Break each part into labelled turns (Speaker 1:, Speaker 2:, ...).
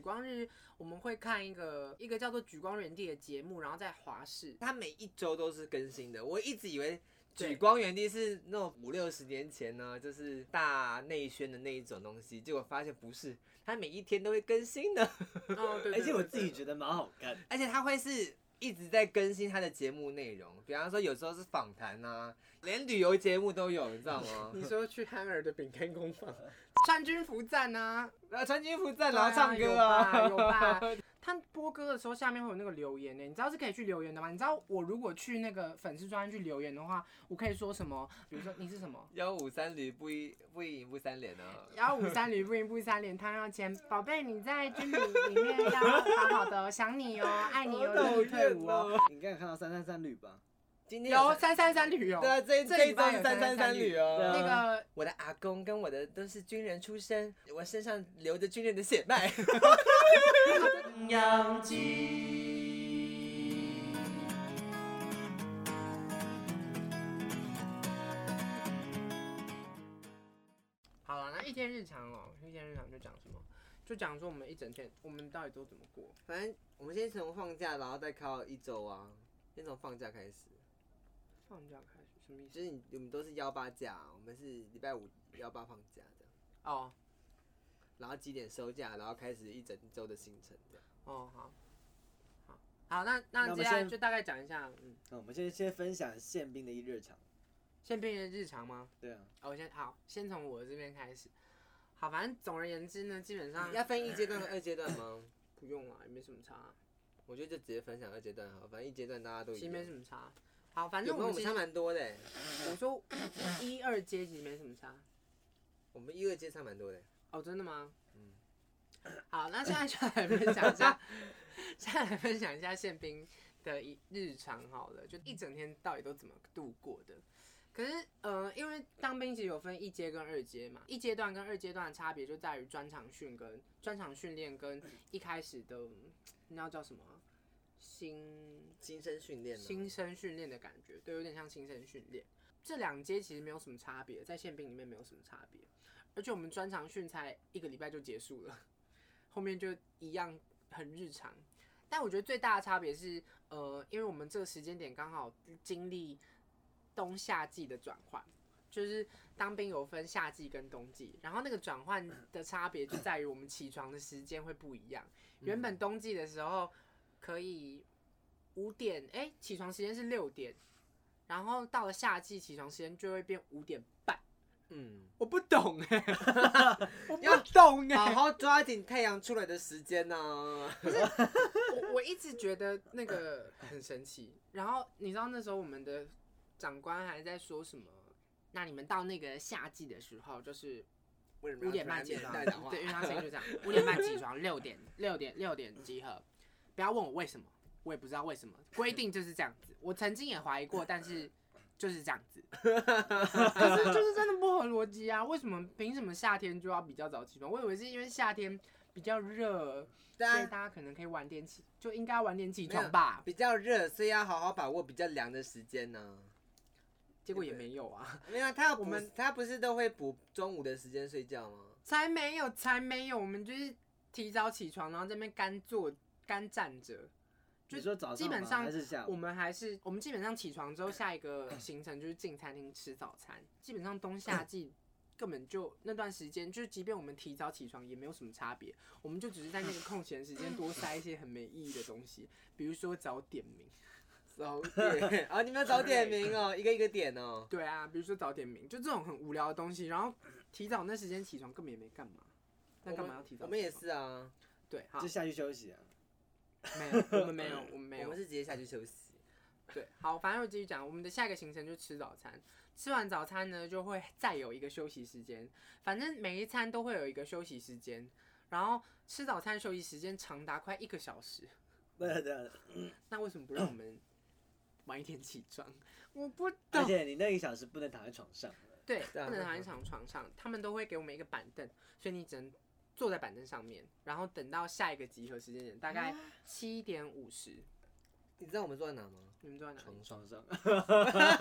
Speaker 1: 光日我们会看一个一个叫做《举光原地》的节目，然后在华 视。
Speaker 2: 它每一周都是更新的。我一直以为
Speaker 1: 对
Speaker 2: 举光原地是那种五六十年前呢，就是大内宣的那一种东西，结果发现不是，它每一天都会更新的，
Speaker 1: 哦，对对
Speaker 2: 哎
Speaker 3: 而且我自己
Speaker 1: 对
Speaker 3: 觉得蛮好 看的。
Speaker 2: 而且它会是。一直在更新它的节目内容，比方说有时候是访谈啊，连旅游节目都有，你知道吗？
Speaker 1: 你说去憨儿的饼干工坊穿军服站啊，
Speaker 2: 然后穿军服 在
Speaker 1: 对啊
Speaker 2: 然后唱歌啊，
Speaker 1: 有吧？有吧他播歌的时候下面会有那个留言呢、你知道是可以去留言的吗？你知道我如果去那个粉丝专页去留言的话，我可以说什么？比如说你是什 么？
Speaker 2: 幺五三旅不一不一不三连啊，
Speaker 1: 幺五三驴不赢不三连汤要签，宝贝你在军旅里面要好好的哦，想你哦，爱你哦，
Speaker 2: 好讨
Speaker 1: 乐意
Speaker 2: 厌
Speaker 1: 退伍哦。
Speaker 2: 哦！
Speaker 3: 你应该有看到三三三旅吧？
Speaker 2: 今天
Speaker 1: 有三三三旅游
Speaker 2: 对，啊，这
Speaker 1: 这
Speaker 2: 这
Speaker 1: 礼
Speaker 2: 一
Speaker 1: 拜
Speaker 2: 周是
Speaker 1: 有
Speaker 2: 三三
Speaker 1: 333
Speaker 2: 三
Speaker 1: 旅
Speaker 2: 旅哦。
Speaker 3: 对啊
Speaker 1: 那个
Speaker 2: 我的阿公跟我的都是军人出身，我身上流着军人的血脉。
Speaker 1: 养鸡。好了，那一天日常哦，一天日常就讲什么？就讲说我们一整天，我们到底都怎么过？
Speaker 2: 反正我们先从放假，然后再考一周啊，先从放假开始。
Speaker 1: 放假开始什么意思？
Speaker 2: 就是你我们都是幺八假，我们是礼拜五幺八放假这样，
Speaker 1: 哦
Speaker 2: 然后几点收假，然后开始一整周的行程这样。
Speaker 1: 哦，好，好，好，那
Speaker 3: 那
Speaker 1: 那
Speaker 3: 我
Speaker 1: 接
Speaker 3: 们
Speaker 1: 下来
Speaker 3: 先
Speaker 1: 就大概讲一下，嗯，
Speaker 3: 那我们先先分享宪兵的一日常。
Speaker 1: 宪兵的日常吗？
Speaker 3: 对啊，
Speaker 1: 哦，我先好，先从我这边开始。好，反正总而言之呢，基本上
Speaker 2: 要分一阶段和二阶段吗？
Speaker 1: 不用了，也没什么差啊、
Speaker 2: 我觉得就直接分享二阶段好，反正一阶段大家都
Speaker 1: 其
Speaker 2: 一
Speaker 1: 实
Speaker 2: 样。
Speaker 1: 没什么差。好，反
Speaker 2: 啊有
Speaker 1: 正
Speaker 2: 没
Speaker 1: 我们
Speaker 2: 有我们
Speaker 1: 其
Speaker 2: 差
Speaker 1: 实
Speaker 2: 蛮多的欸、
Speaker 1: 我说一二阶级没什么差。
Speaker 2: 我们一二阶差蛮多的欸、
Speaker 1: 哦，真的吗？
Speaker 2: 嗯
Speaker 1: 好，那现在就来分享一下，现在来分享一下宪兵的一日常好了，就一整天到底都怎么度过的。可是，呃，因为当兵其实有分一阶跟二阶嘛，一阶段跟二阶段的差别就在于专场训跟专场训练跟一开始的那要叫什么啊新
Speaker 2: 新生训练啊呢？
Speaker 1: 新生训练的感觉，对，有点像新生训练。这两阶其实没有什么差别，在宪兵里面没有什么差别，而且我们专长训才一个礼拜就结束了，后面就一样很日常。但我觉得最大的差别是，呃，因为我们这个时间点刚好经历冬夏季的转换，就是当兵有分夏季跟冬季，然后那个转换的差别就在于我们起床的时间会不一样。原本冬季的时候可以五点，哎、起床时间是六点，然后到了夏季起床时间就会变五点半。
Speaker 2: 嗯，
Speaker 1: 我不懂 哎、我
Speaker 2: 要
Speaker 1: 不懂哎、
Speaker 2: 好好抓紧太阳出来的时间啊呢、
Speaker 1: 我我一直觉得那个很神奇。然后你知道那时候我们的长官还在说什么？那你们到那个夏季的时候，就是
Speaker 2: 为什么
Speaker 1: 五
Speaker 2: 要
Speaker 1: 点
Speaker 2: 突然
Speaker 1: 半起
Speaker 2: 面
Speaker 1: 床，
Speaker 2: 带讲话？
Speaker 1: 对，因为他声音就 这样，五点半起床，六点六点六点集合。不要问我为什么，我也不知道为什么，规定就是这样子。我曾经也怀疑过，但是就是这样 子。可是就是真的不合逻辑啊！为什么凭什么夏天就要比较早起床？我以为是因为夏天比较热，所
Speaker 2: 对
Speaker 1: 以大
Speaker 2: 啊，
Speaker 1: 家可能可以晚点起，就应该晚点起床吧。
Speaker 2: 比较热，所以要好好把握比较凉的时间呢、
Speaker 1: 结果也没有啊，
Speaker 2: 没有，他要补
Speaker 1: 我们
Speaker 2: 他不是都会补中午的时间睡觉吗？
Speaker 1: 才没有，才没有，我们就是提早起床，然后这边干坐干站着。就
Speaker 3: 你说早上
Speaker 1: 基本
Speaker 3: 吗
Speaker 1: 上
Speaker 3: 还是下
Speaker 1: 我
Speaker 3: 午？
Speaker 1: 们还是我们基本上起床之后，下一个行程就是进餐厅吃早餐。基本上冬夏 季根本就那段时间，就是即便我们提早起床也没有什么差别，我们就只是在那个空闲时间多塞一些很没意义的东西，比如说早点 名。
Speaker 2: 早点 哦，你们早点名哦， 一个一个点哦。
Speaker 1: 对啊，比如说早点名，就这种很无聊的东西。然后提早那时间起床根本也没干嘛，那干嘛要提早
Speaker 2: 我们也
Speaker 1: 起床
Speaker 2: 是啊，
Speaker 1: 对，好
Speaker 3: 就，下去休 息啊。
Speaker 1: 没有，我们没有，我们没
Speaker 2: 我
Speaker 1: 有
Speaker 2: 们。是直接下去休息。
Speaker 1: 对，好，反正我继续讲，我们的下一个行程就是吃早餐。吃完早餐呢，就会再有一个休息时间。反正每一餐都会有一个休息时间，然后吃早餐休息时间长达快一个小时。
Speaker 3: 对啊对啊，
Speaker 1: 那为什么不让我们晚一点起床？我不
Speaker 3: 而
Speaker 1: 懂。
Speaker 3: 且你那一小时不能躺在床上。
Speaker 1: 对，不
Speaker 2: 对啊
Speaker 1: 能躺在床床上，他们都会给我们一个板凳，所以你只能坐在板凳上面，然后等到下一个集合时间点，大概七点五十。
Speaker 2: 你知道我们坐在哪吗？
Speaker 1: 你们坐在哪里
Speaker 3: 床上，
Speaker 2: 啊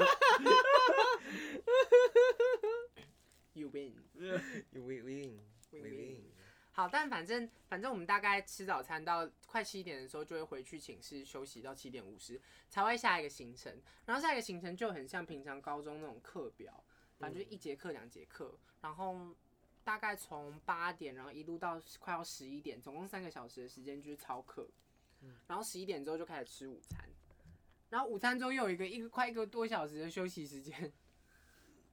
Speaker 1: ？You win。
Speaker 2: We win，we
Speaker 1: win
Speaker 2: win。
Speaker 1: 好，但反正反正我们大概吃早餐到快七点的时候，就会回去寝室休息到七点五十才会下一个行程。然后下一个行程就很像平常高中那种课表，反
Speaker 2: 嗯
Speaker 1: 正就是一节课两节课，然后大概从八点，然后一路到快要十一点，总共三个小时的时间就是操课。
Speaker 2: 嗯
Speaker 1: 然后十一点之后就开始吃午餐，然后午餐中又有一个一个快一个多小时的休息时间，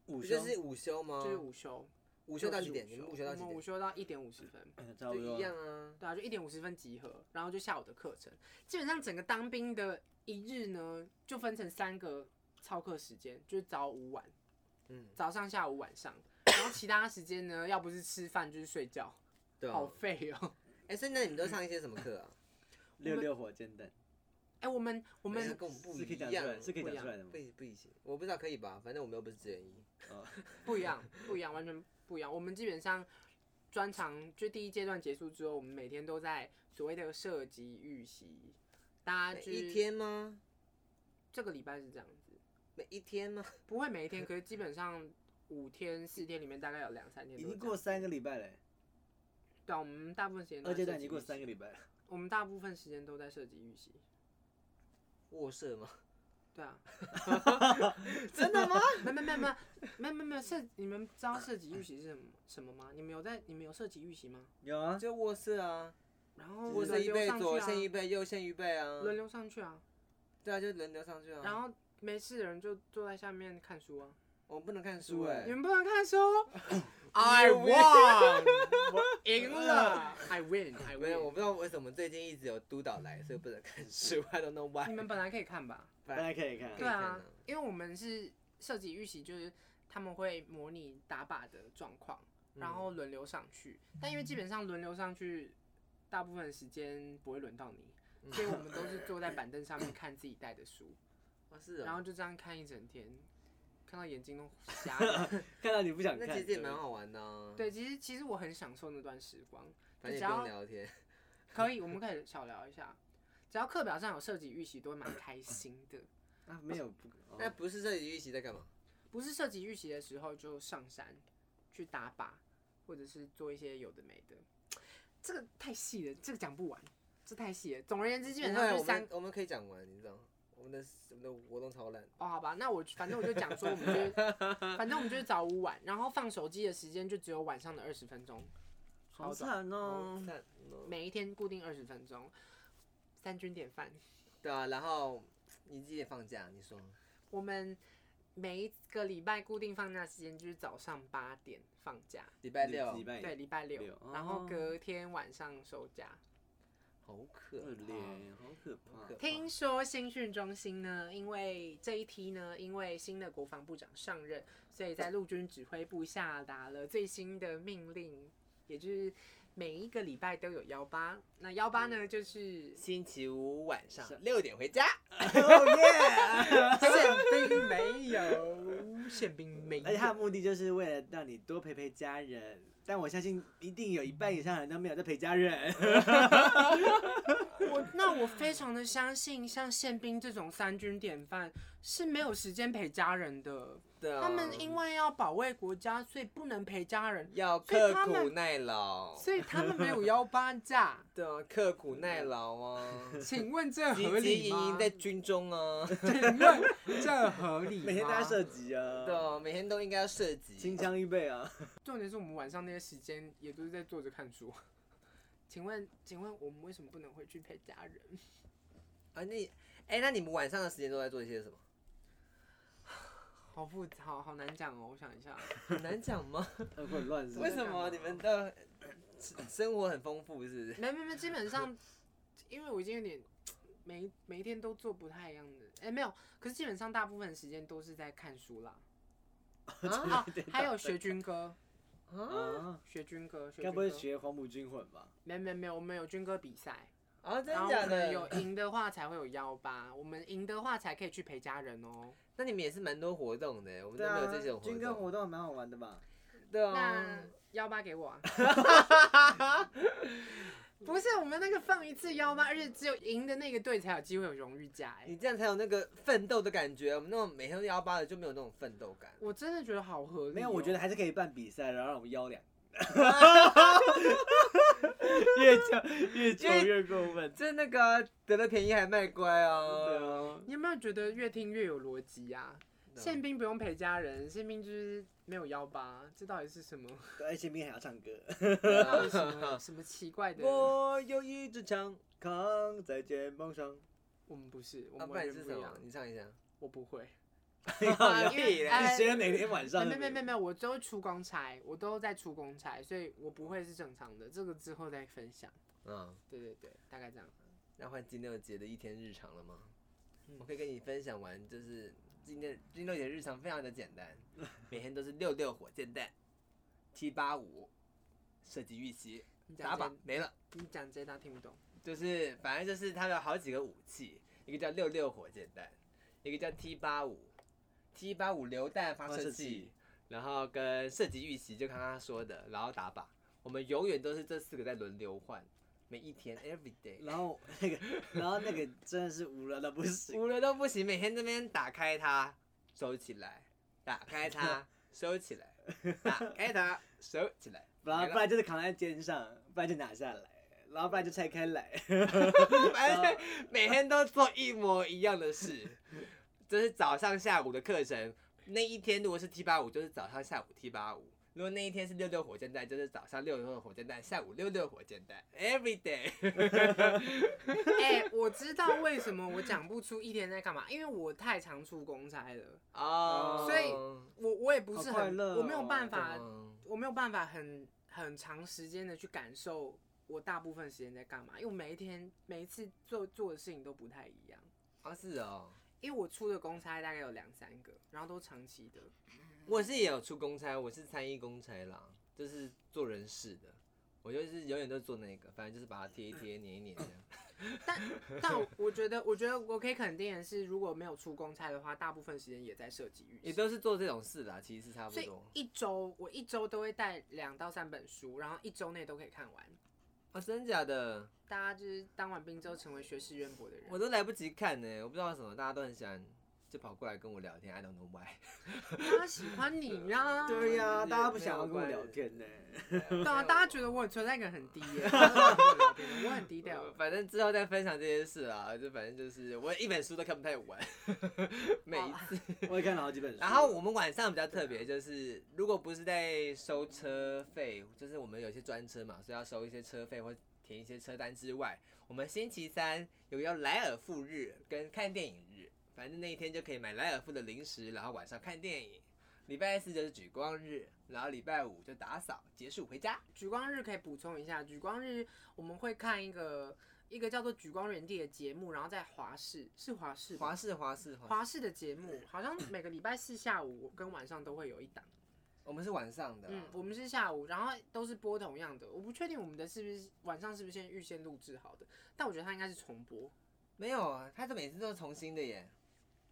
Speaker 3: 午休
Speaker 2: 这是午休吗？
Speaker 1: 就是午休。
Speaker 2: 嗯午休到
Speaker 1: 就是
Speaker 2: 几点？你们午休到
Speaker 1: 我
Speaker 2: 几
Speaker 1: 们午
Speaker 2: 点？
Speaker 1: 休到一点五十分。
Speaker 3: 嗯 差
Speaker 2: 就
Speaker 3: 不多
Speaker 2: 一样啊。
Speaker 1: 对啊，就一点五十分集合，然后就下午的课程。基本上整个当兵的一日呢，就分成三个操课时间，就是早午晚，
Speaker 2: 嗯，
Speaker 1: 早上、下午、晚上。然后其他时间呢，要不是吃饭就是睡觉，
Speaker 2: 对啊
Speaker 1: 好。废哦。
Speaker 2: 哎，所以那你们都上一些什么课啊？
Speaker 3: 六六火箭弹
Speaker 1: 哎、我们我
Speaker 2: 我
Speaker 1: 们
Speaker 2: 跟我们不
Speaker 3: 是可以
Speaker 2: 一
Speaker 3: 讲出
Speaker 2: 样
Speaker 3: 来，，是可以讲出来的吗？
Speaker 2: 不不一行，我不知道可以吧？反正我们又不是志愿一。
Speaker 3: 哦，
Speaker 1: 不一样，不一样，完全不一样。我们基本上专长就第一阶段结束之后，我们每天都在所谓的射击预习，大
Speaker 2: 每
Speaker 1: 家就是
Speaker 2: 一天吗？
Speaker 1: 这个礼拜是这样子，
Speaker 2: 每一天吗？
Speaker 1: 不会每一天，可是基本上五天四天里面大概有两三天
Speaker 3: 已
Speaker 1: 都是
Speaker 3: 经
Speaker 1: 这样
Speaker 3: 过三个礼拜了，欸
Speaker 1: 对啊，我们大部分时间都
Speaker 3: 二
Speaker 1: 在
Speaker 3: 阶
Speaker 1: 设
Speaker 3: 段已
Speaker 1: 计
Speaker 3: 经
Speaker 1: 预
Speaker 3: 过
Speaker 1: 习
Speaker 3: 三个礼拜了。
Speaker 1: 我们大部分时间都在设计预习。
Speaker 2: 卧舍吗？
Speaker 1: 对 啊，
Speaker 2: 真的吗？
Speaker 1: 没没没没没没没有设，你们知道设计预习是什么什么吗？你们有在你们有设计预习吗？
Speaker 3: 有啊，
Speaker 2: 就卧舍啊，
Speaker 1: 然后
Speaker 2: 卧
Speaker 1: 轮
Speaker 2: 舍一
Speaker 1: 流
Speaker 2: 倍，
Speaker 1: 上
Speaker 2: 左
Speaker 1: 去啊
Speaker 2: 线，一倍，右线一倍啊。
Speaker 1: 轮流上去啊，
Speaker 2: 对啊，就轮流上去
Speaker 3: 嗯
Speaker 2: 啊。
Speaker 1: 然后没事的人就坐在下面看书啊。
Speaker 2: 我们不能看
Speaker 3: 书
Speaker 2: 书
Speaker 3: 欸
Speaker 2: 哎
Speaker 1: 你。们不能看 书，I
Speaker 2: You
Speaker 1: won，我 赢 了，I win，I
Speaker 2: 没有，
Speaker 1: win。
Speaker 2: 我不知道为什么最近一直有督导来，所以不能看书。I don't
Speaker 1: 你
Speaker 2: know why。
Speaker 1: 们本来可以看吧？
Speaker 3: 大家 可以看
Speaker 1: 对
Speaker 2: 以看
Speaker 1: 啊
Speaker 2: 啊，
Speaker 1: 因为我们是设计预习，就是他们会模拟打靶的状况，
Speaker 2: 嗯
Speaker 1: 然后轮流上去。但因为基本上轮流上去，大部分时间不会轮到
Speaker 2: 嗯
Speaker 1: 你，所以我们都是坐在板凳上面看自己带的书，
Speaker 2: 哦是
Speaker 1: 然后
Speaker 2: 啊。
Speaker 1: 就这样看一整天，看到眼睛都瞎了。
Speaker 3: 看到你不想
Speaker 2: 那
Speaker 3: 看，
Speaker 2: 其实也蛮好玩的啊。
Speaker 1: 对，其实其实我很享受那段时光，
Speaker 2: 反正也
Speaker 1: 只
Speaker 2: 不
Speaker 1: 要
Speaker 2: 用聊天。
Speaker 1: 可以，我们可以小聊一下。只要课表上有设计预习，都会蛮开心的。
Speaker 3: 啊，没有不，哦
Speaker 2: 那哎不是这里预习在干嘛？
Speaker 1: 不是涉及预习的时候就上山去打靶，或者是做一些有的没的。这个太细了，这个讲不完，这太细了。总而言之，基本
Speaker 2: 不会
Speaker 1: 上就
Speaker 2: 啊我
Speaker 1: 是三
Speaker 2: 们我们可以讲完，你知道吗？我们的我们的活动超烂。
Speaker 1: 哦，好吧，那我反正我就讲说，我们就是反正我们就是早午晚，然后放手机的时间就只有晚上的二十分钟，
Speaker 3: 好
Speaker 1: 好短
Speaker 3: 惨
Speaker 2: 好
Speaker 1: 嗯
Speaker 3: 哦。
Speaker 2: 惨哦
Speaker 1: 每一天固定二十分钟，三军典范。
Speaker 2: 对啊，然后你几点放假？你说
Speaker 1: 我们每一个礼拜固定放假时间就是早上八点放假，
Speaker 2: 礼拜六
Speaker 3: 礼，拜
Speaker 1: 对，礼拜六
Speaker 3: 哎六，
Speaker 1: 然后
Speaker 3: 哦
Speaker 1: 隔天晚上收假。
Speaker 2: 好可
Speaker 3: 恶
Speaker 2: 怕。
Speaker 3: 劣，好可
Speaker 2: 好
Speaker 3: 怕
Speaker 2: 可。怕
Speaker 1: 听说新训中心呢，因为这一批呢，因为新的国防部长上任，所以在陆军指挥部下达了最新的命令，也就是每一个礼拜都有幺八。那幺八呢，就是
Speaker 2: 星期五晚上
Speaker 3: 是
Speaker 2: 六点回家。
Speaker 3: 哦 耶！
Speaker 1: 宪兵没有，宪兵没
Speaker 3: 哎而且他的
Speaker 1: 有。
Speaker 3: 目的就是为了让你多陪陪家人，但我相信一定有一半以上的人都没有在陪家 人。
Speaker 1: 我那我非常的相信，像宪兵这种三军典范是没有时间陪家人的，
Speaker 2: 对啊。
Speaker 1: 他们因为要保卫国家，所以不能陪家人，
Speaker 2: 要
Speaker 1: 所以
Speaker 2: 刻
Speaker 1: 他
Speaker 2: 苦
Speaker 1: 们
Speaker 2: 耐劳。
Speaker 1: 所以他们没有幺八假。
Speaker 2: 对啊，刻苦耐劳啊。
Speaker 1: 请问这
Speaker 2: 汲
Speaker 1: 合
Speaker 2: 汲
Speaker 1: 理
Speaker 2: 营
Speaker 1: 吗
Speaker 2: 营？ 在军中啊。
Speaker 1: 请问这合理吗？
Speaker 3: 每天都在射击啊，
Speaker 2: 对啊，每天都应该要射击
Speaker 3: 清。枪预备 啊，
Speaker 1: 重点是我们晚上那些时间也都是在坐着看书。 请问，请问我们为什么不能回去陪家人？
Speaker 2: 啊，那哎，那你们晚上的时间都在做一些什么？
Speaker 1: 好复杂，好好难讲哦。我想一下，
Speaker 2: 很难讲吗？
Speaker 3: 很混乱是 不
Speaker 2: 为
Speaker 3: 是？
Speaker 2: 什么你们的 生活很丰富？是不是？
Speaker 1: 没没没，基本 上，因为我已经有点每每一天都做不太一样的。哎、没有，可是基本上大部分时间都是在看书 啦。啊，还有学军歌，
Speaker 2: 啊
Speaker 3: 啊，
Speaker 1: 学军歌，学
Speaker 3: 该
Speaker 1: 军
Speaker 3: 不会
Speaker 1: 歌。
Speaker 3: 学黄埔军混吧？
Speaker 1: 没没没有，我们有军歌比赛。
Speaker 2: 啊，真
Speaker 1: 然后
Speaker 2: 的
Speaker 1: 我
Speaker 2: 假
Speaker 1: 们
Speaker 2: 的？
Speaker 1: 有赢的话才会有幺八，我们赢的话才可以去陪家人哦。
Speaker 2: 那你们也是蛮多活动的，我们
Speaker 3: 对
Speaker 2: 都没
Speaker 3: 啊
Speaker 2: 有这种，活
Speaker 3: 军歌
Speaker 2: 动。
Speaker 3: 活动还蛮好玩的吧？
Speaker 2: 对
Speaker 1: 那
Speaker 2: 啊，
Speaker 1: 幺八给我啊！ 不是我们那个放一次幺八，而且只有赢的那个队才有机会有荣誉奖哎、
Speaker 2: 你这样才有那个奋斗的感觉。我们那种每天都幺八的就没有那种奋斗感。
Speaker 1: 我真的觉得好合理哦、
Speaker 3: 没有，我觉得还是可以办比赛，然后让我们邀两 越讲越穷越过分。
Speaker 2: 这那个啊得了便宜还卖乖
Speaker 3: 对
Speaker 2: 哦。
Speaker 3: 啊，
Speaker 1: 你有没有觉得越听越有逻辑呀、宪兵不用陪家人，宪兵就是没有幺八，这到底是 什么？
Speaker 3: 而且明还要唱歌。
Speaker 2: 啊
Speaker 1: 到底什么什么奇怪的？
Speaker 2: 我有一只枪，
Speaker 3: 康在肩膀 上，
Speaker 1: 我们不是，我
Speaker 2: 啊，
Speaker 1: 们
Speaker 2: 不
Speaker 1: 完
Speaker 2: 然
Speaker 1: 全
Speaker 2: 是
Speaker 1: 不
Speaker 2: 什
Speaker 1: 一
Speaker 2: 么
Speaker 1: 样？。
Speaker 2: 你唱一下。
Speaker 1: 我不会，
Speaker 2: 有
Speaker 1: 因为
Speaker 2: 呃
Speaker 1: 哎
Speaker 3: 你学每天晚上
Speaker 1: 没
Speaker 3: 都
Speaker 1: 没
Speaker 3: 没
Speaker 1: 没
Speaker 3: 有。
Speaker 1: 没没有，我都出公差，我都在出公差，所以我不会是正常的。这个之后再分享。
Speaker 2: 嗯，
Speaker 1: 对对对，大概这样。
Speaker 2: 那换金六姐的一天日常了吗？
Speaker 1: 嗯
Speaker 2: 我可以跟你分享完，就是今天金六姐日常非常的简 单，每天都是六六火箭弹、T 八五、射击预习、
Speaker 1: 你
Speaker 2: 打
Speaker 1: 讲
Speaker 2: 靶
Speaker 1: 这，
Speaker 2: 没了。
Speaker 1: 你讲这他听不懂。
Speaker 2: 就是反正就是它有好几个武器，一个叫六六火箭弹，一个叫 T 八五，T 八五榴弹发射
Speaker 3: 发射
Speaker 2: 器
Speaker 3: 器，
Speaker 2: 然后跟射击预习，就刚刚说的，然后打靶，我们永远都是这四个在轮流换，每一天 every day，
Speaker 3: 然后那个， 然后那个真的是无聊到不行。
Speaker 2: 无聊到不行，每天这边打开它，收起来，打开 它，收起来，打开它， 收起来，
Speaker 3: 然后
Speaker 2: 没
Speaker 3: 不
Speaker 2: 了
Speaker 3: 然就是扛在肩上，不然就拿下来，然后不然就拆开来。
Speaker 2: 反正每天都做一模一样的事，就是早上下午的课程。那一天如果是 T 八五，就是早上下午 T 八五；如果那一天是六六火箭弹，就是早上六六火箭弹，下午六六火箭弹，every day。
Speaker 1: 哎、我知道为什么我讲不出一天在干嘛，因为我太常出公差了，
Speaker 2: 哦
Speaker 1: 所以我我也不是
Speaker 3: 好快
Speaker 1: 很，
Speaker 3: 乐哦
Speaker 1: 我没有办法，
Speaker 2: 嗯
Speaker 1: 我没有办法很很长时间的去感受我大部分时间在干嘛，因为我每一天每一次做做的事情都不太一样，
Speaker 2: 啊是哦，
Speaker 1: 因为我出的公差大概有两三个，然后都长期的，
Speaker 2: 我是也有出公差，我是参议公差啦，就是做人事的。我就是永远都做那个，反正就是把它贴一贴、粘一粘这样。
Speaker 1: 但我我觉得我觉得我可以肯定的是，如果没有出公差的话，大部分时间也在设计预
Speaker 2: 也
Speaker 1: 习。
Speaker 2: 都是做这种事啦，其实是差不
Speaker 1: 所以
Speaker 2: 多。
Speaker 1: 一周我一周都会带两到三本书，然后一周内都可以看完。
Speaker 2: 啊，真假的？
Speaker 1: 大家就是当完兵之后成为学识渊博的人。
Speaker 2: 我都来不及看呢、我不知道为什么，大家都很喜欢，就跑过来跟我聊天，I don't know why。
Speaker 1: 他喜欢你 啊
Speaker 2: 啊
Speaker 1: 呀、
Speaker 3: 对呀、
Speaker 2: 也
Speaker 3: 大家不想要
Speaker 2: 没有
Speaker 3: 跟我
Speaker 2: 关
Speaker 3: 聊
Speaker 2: 系
Speaker 3: 天呢、
Speaker 1: 对啊，大家觉得我存在感很低 耶、大家不想跟我聊天的我很低调。
Speaker 2: 反正之后再分享这些事啊，就反正就是我一本书都看不太完， 每
Speaker 1: 哦
Speaker 2: 一次。
Speaker 3: 我也看了好几本书。
Speaker 2: 然后我们晚上比较特别，就是如果不是在收车费，就是我们有一些专车嘛，所以要收一些车费或填一些车单之外，我们星期三有个叫莱尔富日跟看电影日，反正那一天就可以买莱尔富的零食，然后晚上看电影。礼拜四就是举光日，然后礼拜五就打扫结束回家。
Speaker 1: 举光日可以补充一下，举光日我们会看一个一个叫做《举光原地》的节目，然后在华视是华视吧
Speaker 2: 华视华视华视，
Speaker 1: 华视的节目，好像每个礼拜四下午跟晚上都会有一档。
Speaker 2: 我们是晚上的啊、
Speaker 1: 嗯，我们是下午，然后都是播同样的，我不确定我们的是不是晚上是不是先预先录制好的，但我觉得它应该是重播。
Speaker 2: 没有啊，他这每次都是重新的耶。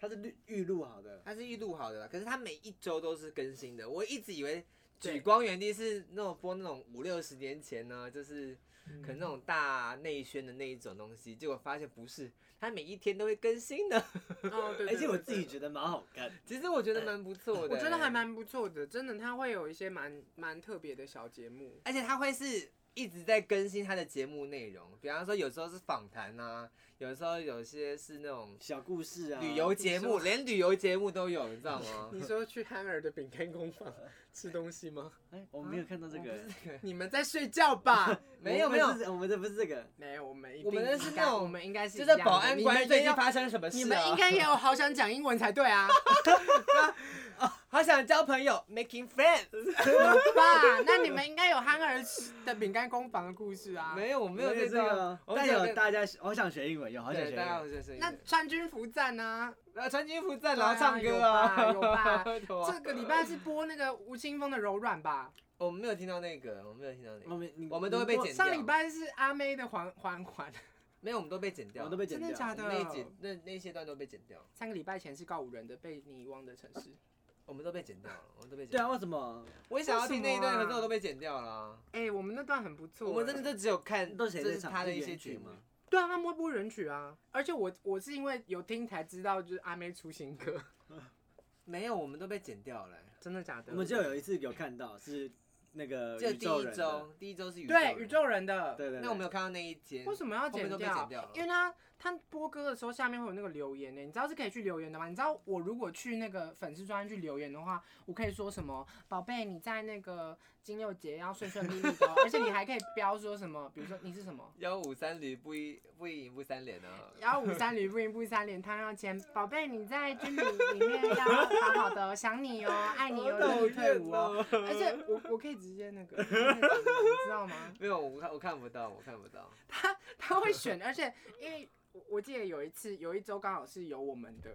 Speaker 3: 它是预预录好的，
Speaker 2: 它是预录好的啦，可是它每一周都是更新的。我一直以为
Speaker 1: 对
Speaker 2: 举光原地是那种播那种五六十年前呢，就是嗯
Speaker 1: 嗯
Speaker 2: 可能那种大内宣的那一种东西，结果发现不是，它每一天都会更新的。
Speaker 1: 哦，对对
Speaker 3: 而且我自己
Speaker 1: 得。对
Speaker 3: 觉得蛮好看的。
Speaker 2: 其实我觉得蛮不错的、欸
Speaker 1: 我觉得还，蛮不错的，真的，它会有一些蛮蛮特别的小节 目。
Speaker 2: 而且它会是一直在更新它的节目内容，比方说有时候是访谈啊，有时候有些是那种。
Speaker 3: 小故事啊，
Speaker 2: 旅游节目，连旅游节目都有，你知 道吗？
Speaker 1: 你说去憨儿的饼干工 坊吃东西吗？
Speaker 3: 哎，我没有看到这个，
Speaker 1: 你们在睡觉吧？
Speaker 2: 哦没有
Speaker 3: 我
Speaker 2: 没
Speaker 3: 们
Speaker 2: 有
Speaker 3: 不，是，我们这不是这个，
Speaker 1: 没有，我们一
Speaker 2: 我们
Speaker 1: 定
Speaker 2: 是
Speaker 1: 应
Speaker 2: 那
Speaker 1: 该
Speaker 2: 种
Speaker 1: 我们应该是一
Speaker 2: 就是
Speaker 1: 样的
Speaker 2: 保安
Speaker 1: 你
Speaker 2: 官
Speaker 1: 们
Speaker 2: 最
Speaker 1: 也
Speaker 2: 近
Speaker 1: 要
Speaker 2: 发生什么事、啊？
Speaker 1: 你们应该也有好想讲英文才对啊，
Speaker 2: 好想交朋友，making friends。
Speaker 1: 爸，那你们应该有憨儿的饼干工坊的故事啊。
Speaker 2: 没有，我没有
Speaker 3: 这
Speaker 2: 这个
Speaker 3: 个，，但
Speaker 2: 有
Speaker 3: 有
Speaker 2: 大，
Speaker 3: 大家，我想学英文，有好想学
Speaker 2: 对，
Speaker 3: 英
Speaker 2: 大家好
Speaker 3: 文，
Speaker 2: 学声音。
Speaker 1: 那穿军服战啊，
Speaker 2: 那穿军服在
Speaker 1: 对啊
Speaker 2: 然后唱歌啊，
Speaker 1: 有 吧
Speaker 2: 有啊
Speaker 1: 这个礼拜是播那个吴青峰的《柔软》吧？
Speaker 2: 我们没有听到那个，我们没有听到那
Speaker 3: 我
Speaker 2: 个，
Speaker 3: 们你
Speaker 2: 我们都会被剪掉。
Speaker 1: 上礼拜是阿妹的环环环，
Speaker 2: 没有，我们都被剪掉，
Speaker 3: 我们都被剪
Speaker 1: 真的
Speaker 3: 掉，
Speaker 1: 假的？
Speaker 2: 那一节那那些段都被剪掉，
Speaker 1: 三个礼拜前是告五人的被你遗忘的城市。
Speaker 2: 我们都被剪掉了，我们都被剪
Speaker 3: 对
Speaker 2: 掉
Speaker 3: 啊，
Speaker 2: 了。
Speaker 3: 为什么？
Speaker 2: 我也想要听那一
Speaker 1: 为
Speaker 2: 段，
Speaker 1: 什么啊
Speaker 2: 可是我都被剪掉了啊。
Speaker 1: 哎、我们那段很不错欸。
Speaker 2: 我们真的就只有看，
Speaker 3: 都
Speaker 2: 这
Speaker 3: 是谁在
Speaker 2: 是
Speaker 3: 唱？
Speaker 2: 他的一
Speaker 3: 是
Speaker 2: 些
Speaker 3: 原
Speaker 2: 剧
Speaker 3: 曲
Speaker 2: 目。
Speaker 3: 吗？
Speaker 1: 对啊，他们会播人曲啊，而且我我是因为有听才知道，就是阿妹出新歌，
Speaker 2: 没有，我们都被剪掉了欸。
Speaker 1: 真的假的？
Speaker 3: 我们就有一次有看到是那个
Speaker 2: 这
Speaker 3: 呃宇
Speaker 2: 第
Speaker 3: 宙
Speaker 2: 一
Speaker 3: 人的，
Speaker 2: 周，第一周是宇宙
Speaker 1: 对
Speaker 2: 人
Speaker 1: 宇，宙人的，
Speaker 3: 对对，
Speaker 2: 那我没
Speaker 3: 有
Speaker 2: 有看到那一天，
Speaker 1: 为什么要
Speaker 2: 后面
Speaker 1: 剪
Speaker 2: 都被
Speaker 1: 掉？
Speaker 2: 剪掉了
Speaker 1: 因为他他播歌的时候下面会有那个留言的、你知道是可以去留言的吗？你知道我如果去那个粉丝专页去留言的话，我可以说什么？宝贝，你在那个金六节要顺顺利利的哦、而且你还可以标说什么？比如说你是什么？
Speaker 2: 幺五三驴不一不一赢不三连啊，
Speaker 1: 幺五三驴不赢不三连汤要签，宝贝你在军旅里面要好好的哦，想你哦，爱你哦，等你退伍哦。而且我我可以直接那个，我可以直接你知道吗？
Speaker 2: 没有，我看我看不到，我看不到。
Speaker 1: 他他会选，而且因为我我记得有一次有一周刚好是有我们的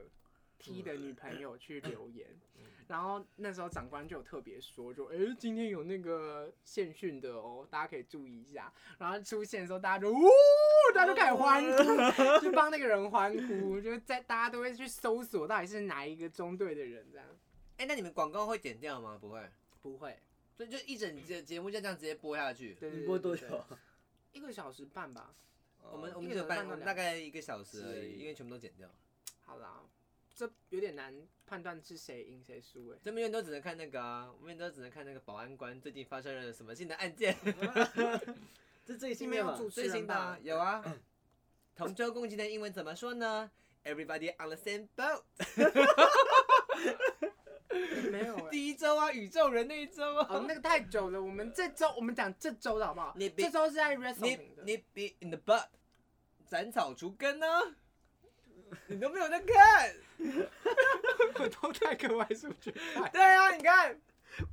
Speaker 1: T 的女朋友去留言，然后那时候长官就有特别说，就诶今天有那个现训的哦，大家可以注意一下。然后出现的时候，大家就呜，大家就开始欢呼，就帮那个人欢呼，就是在大家都会去搜索到底是哪一个中队的人这样。
Speaker 2: 哎、那你们广告会剪掉吗？不会，
Speaker 1: 不会，
Speaker 2: 所以就一整节节目就这样直接播下去。
Speaker 1: 对对
Speaker 3: 你
Speaker 1: 对
Speaker 3: 播多
Speaker 1: 对
Speaker 3: 久？
Speaker 1: 一个小时半吧。
Speaker 2: 我 们我
Speaker 1: 一
Speaker 2: 们
Speaker 1: 个
Speaker 2: 只有
Speaker 1: 小时
Speaker 2: 半，
Speaker 1: 半到
Speaker 2: 我
Speaker 1: 两
Speaker 2: 们大概一个小时而
Speaker 3: 是而
Speaker 2: 已，
Speaker 3: 已
Speaker 2: 因为全部都剪掉。
Speaker 1: 好啦，这有点难判断是谁赢谁输哎。
Speaker 2: 这边都只能看那个啊，我们都只能看那个保安官最近发生了什么新的案 件，
Speaker 3: 这最
Speaker 1: 你
Speaker 3: 新
Speaker 1: 们
Speaker 3: 的
Speaker 1: 有
Speaker 3: 嘛？
Speaker 1: 主持
Speaker 2: 最
Speaker 1: 人
Speaker 2: 新的
Speaker 1: 吧
Speaker 2: 啊？有啊。 同舟共济的英文怎么说呢？Everybody on the same boat。
Speaker 1: 没有欸
Speaker 2: 第一周啊，宇宙人那一周啊。
Speaker 1: 哦，那个太久了。我们这周我们讲这周的好不好？
Speaker 2: 你别
Speaker 1: 这周是在
Speaker 2: 你
Speaker 1: wrestling 的。
Speaker 2: 你 be in the butt，斩草除根 呢、你都没有在看。
Speaker 1: 我都在课外数学，
Speaker 2: 对啊，你看，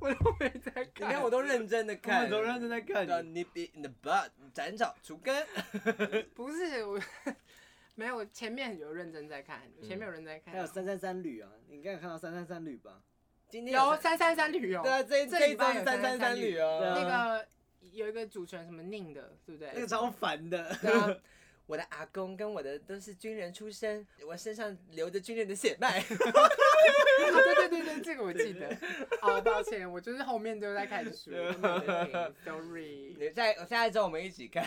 Speaker 1: 我都没在
Speaker 2: 你
Speaker 1: 看。
Speaker 2: 看我都认真的
Speaker 3: 我
Speaker 2: 看，
Speaker 3: 们都认真在看
Speaker 2: 对啊
Speaker 3: 你，
Speaker 2: 你 be in the butt，斩草除根。
Speaker 1: 不是我，没有，我前面有认真在看，前面有认真在看。
Speaker 3: 还有三三三旅啊，你应该有看到三三三旅吧？
Speaker 2: 今天
Speaker 1: 有三三三旅游
Speaker 2: 对，啊，这一
Speaker 1: 这
Speaker 2: 这一
Speaker 1: 礼
Speaker 2: 周
Speaker 1: 拜
Speaker 2: 是
Speaker 1: 有
Speaker 2: 三三三
Speaker 1: 333
Speaker 2: 旅
Speaker 1: 旅
Speaker 2: 哦。
Speaker 3: 对啊
Speaker 1: 那个有一个主持人什么宁的，对不对？啊
Speaker 3: 那个超烦的。
Speaker 2: 对啊，我的阿公跟我的都是军人出身，我身上流着军人的血脉。
Speaker 1: 啊对对对对，这个我记得。哦，抱歉，我就是后面都在看书
Speaker 2: 对啊
Speaker 1: 没有在听，sorry。
Speaker 2: 你在下一周我们一起看，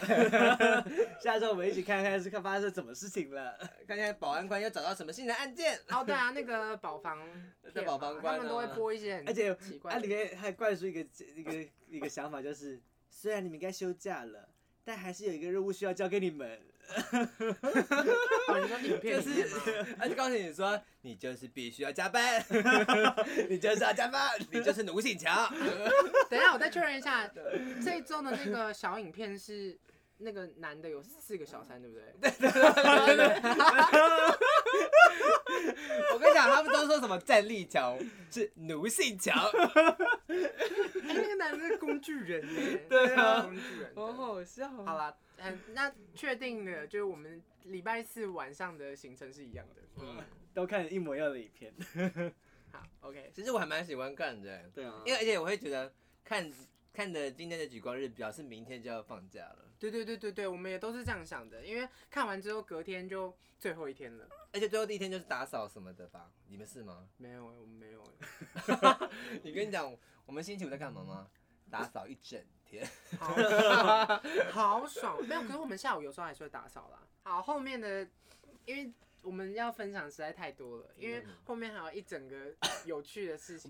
Speaker 3: 下周我们一起看看是看发生什么事情了。
Speaker 2: 看看保安官又找到什么新的案件。
Speaker 1: 哦，对啊，那个宝房片
Speaker 2: 在宝
Speaker 1: 嘛
Speaker 2: 房关
Speaker 1: 他们都会
Speaker 2: 啊
Speaker 1: 播一些很
Speaker 3: 而且
Speaker 1: 奇怪
Speaker 3: 它
Speaker 1: 的
Speaker 3: 啊里面还灌输一个一个一个想法，就是虽然你们该休假了，但还是有一个任务需要交给你们。
Speaker 1: 哦，你说影片里面吗？
Speaker 2: 他就告诉你说，你就是必须要加班，
Speaker 3: 你就是要加班。
Speaker 2: 你就是奴性强。
Speaker 1: 等一下，我再确认一下，这一周的那个小影片是那个男的有四个小三，对不哎对？ 对对对。
Speaker 2: 我跟你讲，他们都说什么战力强是奴性强，
Speaker 1: 哎，那个男的是工具人耶，
Speaker 2: 对啊
Speaker 1: 工具人的。
Speaker 2: 好笑。
Speaker 1: 好啦，嗯，那确定的就是我们礼拜四晚上的行程是一样的。
Speaker 2: 嗯，
Speaker 3: 都看一模一样的影片。
Speaker 1: 好，OK。
Speaker 2: 其实我还蛮喜欢看的，
Speaker 3: 对啊
Speaker 2: 因为而且我会觉得看看的今天的举光日表示明天就要放假了，
Speaker 1: 对对对对对，我们也都是这样想的，因为看完之后隔天就最后一天了。
Speaker 2: 而且最后第一天就是打扫什么的吧？你们是吗？
Speaker 1: 没有欸耶，我们没有耶。
Speaker 2: 你跟你讲，我们星期五在干嘛吗？打扫一整天。
Speaker 1: 好爽，好 爽！没有，可是我们下午有时候还是会打扫啦。好，后面的，因为我们要分享实在太多了，因为后面还有一整个有趣的事情。